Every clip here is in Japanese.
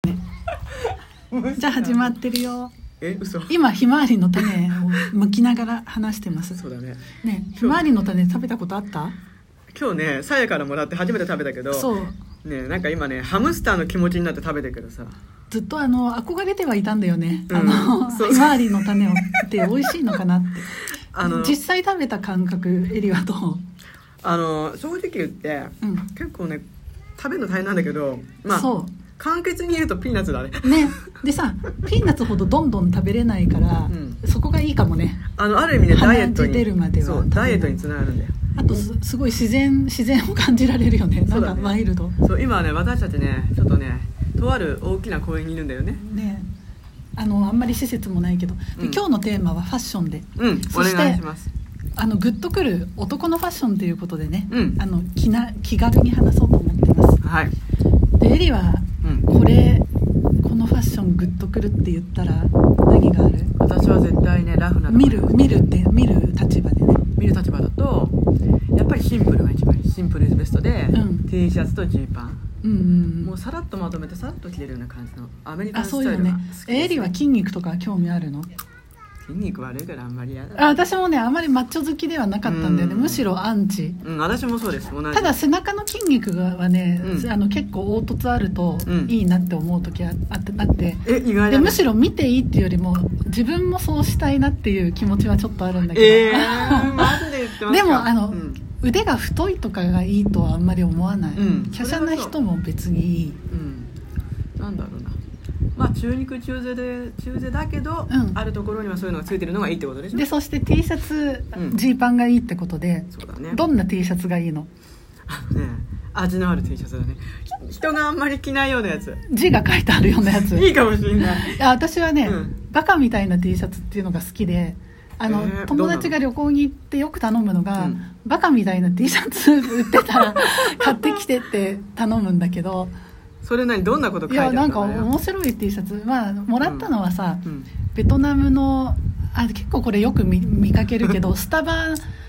じゃあ始まってるよえ嘘今ひまわりの種を剥きながら話してますそうだねねひまわりの種食べたことあった今日ねさやからもらって初めて食べたけどそうねなんか今ねハムスターの気持ちになって食べてるけどさずっとあの憧れてはいたんだよね、うんあのそうひまわりの種をって美味しいのかなって あの実際食べた感覚エリはどうあの正直言ってうん結構ね食べるの大変なんだけどまあそ簡潔に言うとピーナッツだねうねでさピーナッツほどどんどん食べれないから、うんそこがいいかもねあのある意味ねダイエットに鼻血出るまではそうダイエットにつながるんだよあとすすごい自然自然を感じられるよねそなうんだかねワイルドそう今はね私たちねちょっとねとある大きな公園にいるんだよねねあのあんまり施設もないけど、でうん今日のテーマはファッションでうんおそして願いしますあのグッとくる男のファッションということでね、うんあの気な気軽に話そうと思ってますはいでエリはうんこれこのファッショングッとくるって言ったら何がある私は絶対ねラフなとこ見る見るって見る立場でね見る立場だとやっぱりシンプルが一番いいシンプルイズベストで、うん T シャツとジーパンうんうんうもんうさらっとまとめてさらっと着れるような感じのアメリカあンスそタうイよルがね好きです、えエリは筋肉とか興味あるの筋肉悪いからあんまり嫌だあ私もねあまりマッチョ好きではなかったんだよねうんむしろアンチうん私もそうです同じただ背中の筋肉はね、うんあの結構凹凸あるとうんいいなって思う時ああってあってえ意外でだ、むね、しろ見ていいっていうよりも自分もそうしたいなっていう気持ちはちょっとあるんだけど、えー、マジで言ってますかでもあのうん腕が太いとかがいいとはあんまり思わない、うん華奢な人も別にいいうん、なんだろうなまあ中肉中背で中背だけど、うんあるところにはそういうのがついてるのがいいってことでしょでそして T シャツうんジー、パンがいいってことでそうだ ねどんな T シャツがいいのあのね味のある T シャツだねひ人があんまり着ないようなやつ字が書いてあるような やついいかもしれないあ私はね、うんバカみたいな T シャツっていうのが好きであの、えー友達が旅行に行ってよく頼むのが、うんバカみたいな T シャツ売ってた ら買ってきてって頼むんだけどそれなにどんなこと書いいてあやるなんかのね面白い T シャツまあもらったのはさ、うんベトナムのあ結構これよく見見かける けどスタバ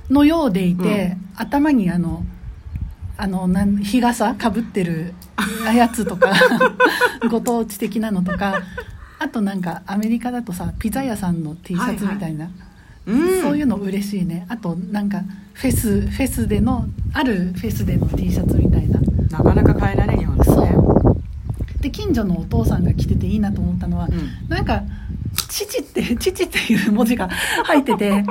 のようでいて、頭にあのあのなん日傘かぶってるやつと かご当地的なのとかあとなんかアメリカだとさピザ屋さんの T シャツみたいな、うん、そういうのの嬉しいねあとなんかフェスフェスでのあるフェスでの T シャツみたいななかなか買えないね日本ですねそうで近所のお父さんが着てていいなと思ったのは、んなんか「父」って「父」っていう文字が入ってて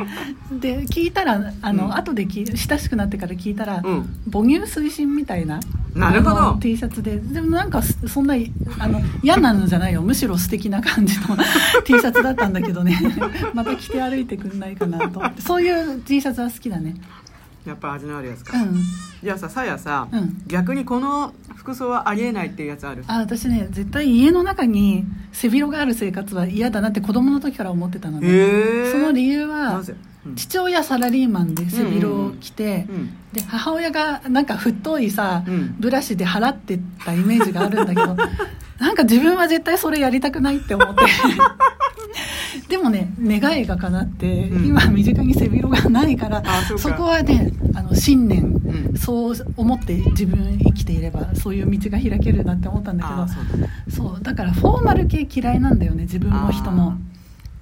で聞いたらあの、うん後でき親しくなってから聞いたら、うん母乳推進みたいななるほどあの T シャツででもなんかすそんなあの嫌なのじゃないよむしろ素敵な感じの T シャツだったんだけどね また着て歩いてくんないかなとそういう T シャツは好きだねやっぱ味のあるやつか、うんじゃあささやさ、うん逆にこの服装はありえないっていうやつあるあ私ね絶対家の中に背広がある生活は嫌だなって子供の時から思ってたのへね、えその理由はなぜ、うん父親サラリーマンで背広を着て、うんで母親がなんか太いさ、うんブラシで払ってたイメージがあるんだけ どなんか自分は絶対それやりたくないって思ってでもね願いが叶って、うん今身近に背広がないからあそうかこはねあの信念、うんそう思って自分生きていればそういう道が開けるなって思ったんだけあどあそうだねそうだからフォーマル系嫌いなんだよね自分も人もあー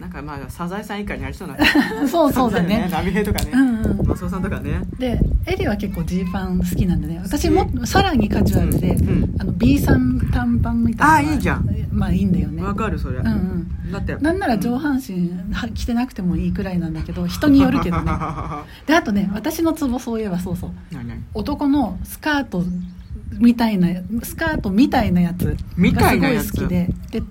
なんかまあサザエさん以下にありそうな そうそうだねラミヘとかね、うんうんマスオさんとかねでエリは結構ジーパン好きなんでね私好もさらにカジュアルで、うんうんあの B さん短パンみたいなのがあーいいじゃんまあいいんだよねわ、かるそれ、うんうんだってなんなら上半身は着てなくてもいいくらいなんだけ ど人によるけどねであとね私のツボそういえばそうそう何何男のスカートみたいなスカートみたいなやつみがたすいごないや好つきでで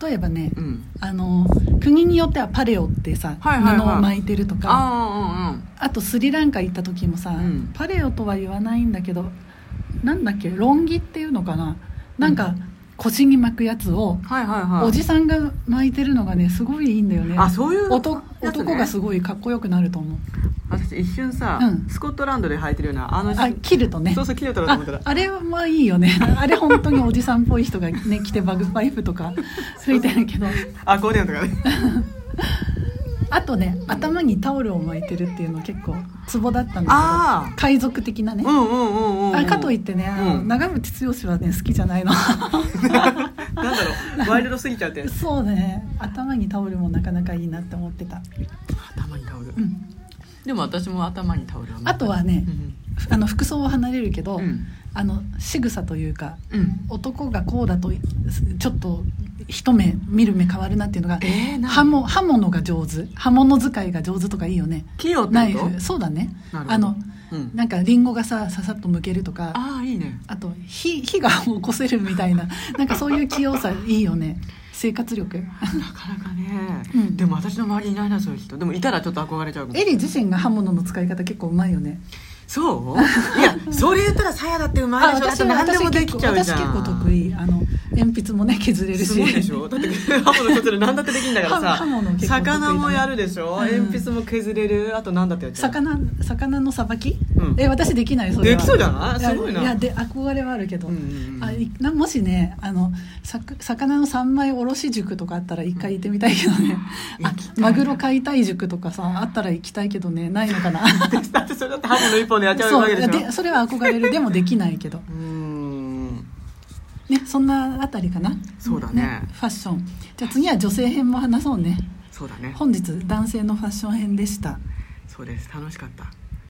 例えばね、うんあの国によってはパレオってさ、はいはいはい布を巻いてるとかああとスリランカ行った時もさ、うんパレオとは言わないんだけどなんだっけロンギっていうのかななんか腰に巻くやつをあうんうんはいはいはいおじさんが巻いてるのがねすごいいいんだよねあそういう男やつね男がすごいかっこよくなると思う私一瞬さ、うんスコットランドで履いてるようなあのあ切るとねそうそうキレたとあ思ったらあれはいいよね あれ本当におじさんっぽい人がね着てバグパイプと か吹いてるけどアコーディオンとかねあとね頭にタオルを巻いてるっていうの結構ツボだったんだあけど海賊的なね、うんうんうんうんうんあかといってね、あの うん長渕剛はね好きじゃないのなんだろうワイルドすぎちゃってそうね頭にタオルもなかなかいいなって思ってた、頭にタオル、うん、でも私も頭にタオルはあとはねう、んあの服装は離れるけど、うんあの仕草というかうん男がこうだとちょっと一目見る目変わるなっていうのがえー、なん刃物刃物が上手刃物使いが上手とかいいよね器用ってことナイフそうだねなるほどあのうんなんかリンゴがさささっと剥けるとかあああいいねと火火が起こせるみたいななんかそういう器用さいいよね生活力なかなかね、うんでも私の周りにいないなそういう人でもいたらちょっと憧れちゃうかもエリ自身が刃物の使い方結構うまいよねそういやそれ言ったらさやだってうまいでしょだって何でもできちゃうじゃん私結構得意あの鉛筆もね削れるしすごいでしょだって刃物一つで何だってできんだか刃らさ刃物結構得意だね魚もやるでしょ、うん鉛筆も削れるあと何だってやっちゃう魚魚のさばき、うんえ私できないそれはできそうじゃないすごいなややで憧れはあるけど、うんうんうんあいなもしねあのさ魚の三枚おろし塾とかあったら一回行ってみたいけどね、うんあ行きたいなマグロ解体塾とかさあったら行きたいけどねないのか なだってそれだって刃物一本でやっちゃうそわうけでしょでそれは憧れるでもできないけどうーんねそんなあたりかなそうだねファッションじゃあ次は女性編も話そうねそうだね本日男性のファッション編でしたそうです楽しかった